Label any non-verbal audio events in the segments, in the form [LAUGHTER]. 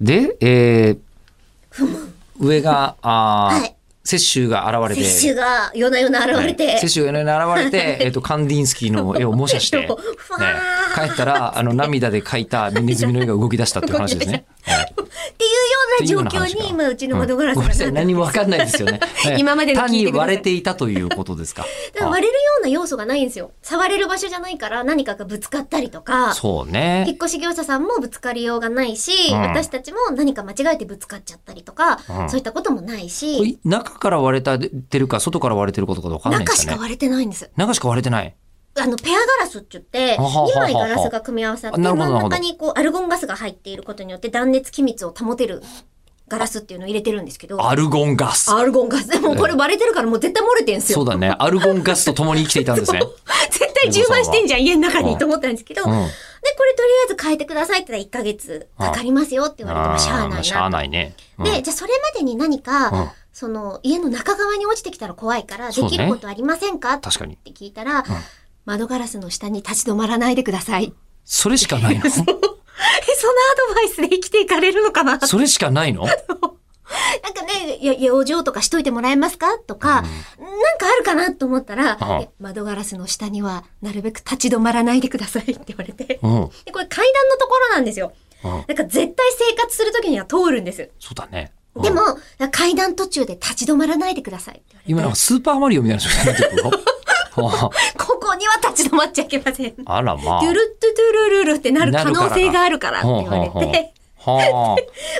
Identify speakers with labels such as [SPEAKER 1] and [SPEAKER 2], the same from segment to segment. [SPEAKER 1] で、えー、上が、あー
[SPEAKER 2] はい
[SPEAKER 1] 雪舟が現れて、
[SPEAKER 2] 摂取が夜な夜な現れて、
[SPEAKER 1] はい雪舟が夜に現れて、えっと、カンディンスキーの絵を模写して、ね
[SPEAKER 2] そうふわー、
[SPEAKER 1] 帰ったら、あの、涙で描いたネズミの絵が動き出したっていう話ですね。はい
[SPEAKER 2] っていうような状況に今うちの窓ガラス
[SPEAKER 1] うんごめんなさい、
[SPEAKER 2] がなって
[SPEAKER 1] 何もわかんないですよね。はい
[SPEAKER 2] [LAUGHS] 今までの聞いてください
[SPEAKER 1] 単に割れていたということですか。
[SPEAKER 2] だから割れるような要素がないんですよ。触れる場所じゃないから何かがぶつかったりと
[SPEAKER 1] あ
[SPEAKER 2] か、
[SPEAKER 1] そう
[SPEAKER 2] 引っ
[SPEAKER 1] ね。
[SPEAKER 2] 越し業者さんもぶつかりようがないし、
[SPEAKER 1] うん
[SPEAKER 2] 私たちも何か間違えてぶつかっちゃったりとか、
[SPEAKER 1] うん
[SPEAKER 2] そういったこともない
[SPEAKER 1] こ
[SPEAKER 2] し、
[SPEAKER 1] れ中から割れたてるか、外から割れてることかわかんないで
[SPEAKER 2] 中
[SPEAKER 1] す
[SPEAKER 2] し
[SPEAKER 1] よ
[SPEAKER 2] か
[SPEAKER 1] ね。
[SPEAKER 2] 割れてないんです。
[SPEAKER 1] 中しか割れてない。
[SPEAKER 2] あの、ペアガラスって言って、
[SPEAKER 1] はははは
[SPEAKER 2] 2枚ガラスが組み合わさって、
[SPEAKER 1] な
[SPEAKER 2] 真
[SPEAKER 1] るほどなるほ
[SPEAKER 2] ん
[SPEAKER 1] ど
[SPEAKER 2] 中にこう、アルゴンガスが入っていることによって断熱気密を保てるガラスっていうのを入れてるんですけど、
[SPEAKER 1] アルゴンガス。
[SPEAKER 2] アルゴンガス。もうこれ割れてるからもう絶対漏れてんすよ。
[SPEAKER 1] そうだね。アルゴンガスと共に生きていたんですね。
[SPEAKER 2] [LAUGHS] 絶対充満してんじゃん、家の中にと思ったんですけど、
[SPEAKER 1] う
[SPEAKER 2] で、
[SPEAKER 1] ん。
[SPEAKER 2] これとりあえず変えてくださいって言ったら1ヶ月かかりますよって言われて、まあしゃあ
[SPEAKER 1] ま
[SPEAKER 2] ない
[SPEAKER 1] しゃあ
[SPEAKER 2] な。
[SPEAKER 1] ないね。うん
[SPEAKER 2] で、じゃあそれまでに何か、
[SPEAKER 1] うん
[SPEAKER 2] その、家の中側に落ちてきたら怖いから、で
[SPEAKER 1] そうね
[SPEAKER 2] きることありませんかって
[SPEAKER 1] 確かに。
[SPEAKER 2] 聞いたら、窓ガラスの下に立ち止まらないでください。 [LAUGHS]
[SPEAKER 1] それしかないの
[SPEAKER 2] え、そのアドバイスで生きていかれるのかななんか
[SPEAKER 1] それしかない
[SPEAKER 2] [LAUGHS]
[SPEAKER 1] の
[SPEAKER 2] ね、や養生とかしといてもらえますかとか、なんかあるかなと思ったら、
[SPEAKER 1] うん
[SPEAKER 2] いや窓ガラスの下にはなるべく立ち止まらないでくださいって言われて。
[SPEAKER 1] うん。うん。
[SPEAKER 2] で、これ階段のところなんですよ。なんか絶対生活するときには通るんです。
[SPEAKER 1] そうだね。うん
[SPEAKER 2] でも、階段途中で立ち止まらないでくださいって言われて。
[SPEAKER 1] 今なんかスーパーマリオみたいな人になってくるよ。
[SPEAKER 2] [LAUGHS]
[SPEAKER 1] あ
[SPEAKER 2] ここには立ち止まっちゃいけません。ド
[SPEAKER 1] あらまあ。
[SPEAKER 2] ゥルットゥトゥルルルってなる可能性があるからって言われ
[SPEAKER 1] なるから
[SPEAKER 2] て、
[SPEAKER 1] は
[SPEAKER 2] [LAUGHS]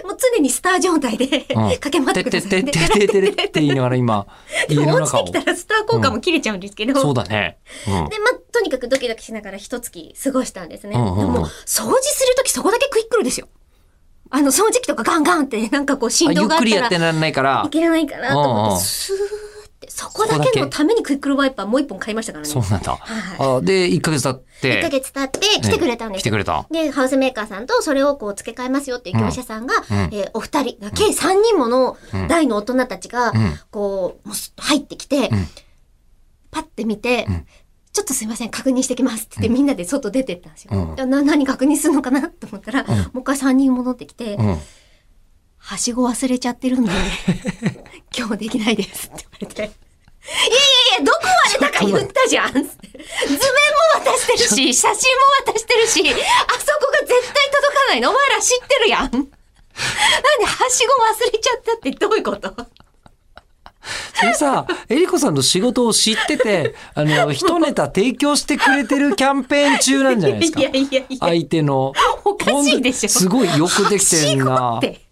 [SPEAKER 2] もう常にスター状態で
[SPEAKER 1] ん
[SPEAKER 2] 駆け
[SPEAKER 1] あ。
[SPEAKER 2] 回ってて
[SPEAKER 1] っ
[SPEAKER 2] く
[SPEAKER 1] て
[SPEAKER 2] だ
[SPEAKER 1] っ
[SPEAKER 2] さ
[SPEAKER 1] て
[SPEAKER 2] い。
[SPEAKER 1] ってっててって言いながら
[SPEAKER 2] [LAUGHS]
[SPEAKER 1] 今、家の
[SPEAKER 2] 落ち
[SPEAKER 1] 中を
[SPEAKER 2] てき。たらスター効果も切れちゃうんですけど、
[SPEAKER 1] そうだね。うん。
[SPEAKER 2] で、まあ、とにかくドキドキしながら一月過ごしたんですね。
[SPEAKER 1] うんうんうん
[SPEAKER 2] でも、掃除するときそこだけクイックルですよ。あの、掃除機とかガンガンって、なんかこう振
[SPEAKER 1] あゆ
[SPEAKER 2] 動
[SPEAKER 1] っ
[SPEAKER 2] があっ
[SPEAKER 1] くりや
[SPEAKER 2] た
[SPEAKER 1] っ
[SPEAKER 2] ら
[SPEAKER 1] て、らんないから
[SPEAKER 2] い、けないかなと思
[SPEAKER 1] うんう
[SPEAKER 2] っ
[SPEAKER 1] ん
[SPEAKER 2] て、スーって、そこだけのためにクイックルワイパーもう一本買いましたからね。
[SPEAKER 1] そう
[SPEAKER 2] 1
[SPEAKER 1] なんだ。
[SPEAKER 2] は
[SPEAKER 1] あで、1ヶ月経って。
[SPEAKER 2] ヶ月経って来てくれたんで
[SPEAKER 1] 来
[SPEAKER 2] す
[SPEAKER 1] て
[SPEAKER 2] よ。
[SPEAKER 1] くれた。
[SPEAKER 2] で、ハウスメーカーさんとそれをこう付け替えますよっていう業者さんが、
[SPEAKER 1] うん
[SPEAKER 2] えーお二人、計三人もの大の大人たちが、
[SPEAKER 1] うん
[SPEAKER 2] こう、もうす入ってきて、
[SPEAKER 1] うん
[SPEAKER 2] パッて見て、
[SPEAKER 1] うん
[SPEAKER 2] ちょっとすいません、確認してきますって言ってみんなで外出てったんですよ。
[SPEAKER 1] うん
[SPEAKER 2] でな何確認するのかなと思ったら、もう一回三人戻ってきて、
[SPEAKER 1] うん。
[SPEAKER 2] はしご忘れちゃってる
[SPEAKER 1] [LAUGHS]
[SPEAKER 2] んで、今日できないですって言われて。いやいやいや、どこまでだか言ったじゃんつって図面も渡してるし、写真も渡してるし、あそこが絶対届かないの。お前ら知ってるやん。なんで、はしご忘れちゃったってどういうこと
[SPEAKER 1] それさ、えりこさんの仕事を知ってて、あの、一ネタ提供してくれてるキャンペーン
[SPEAKER 2] [LAUGHS]
[SPEAKER 1] 中なんじゃないですか
[SPEAKER 2] い。やいやいや、
[SPEAKER 1] 相手の。
[SPEAKER 2] おかしいでしょ
[SPEAKER 1] ほんとすごいよくできてんな
[SPEAKER 2] はしごって。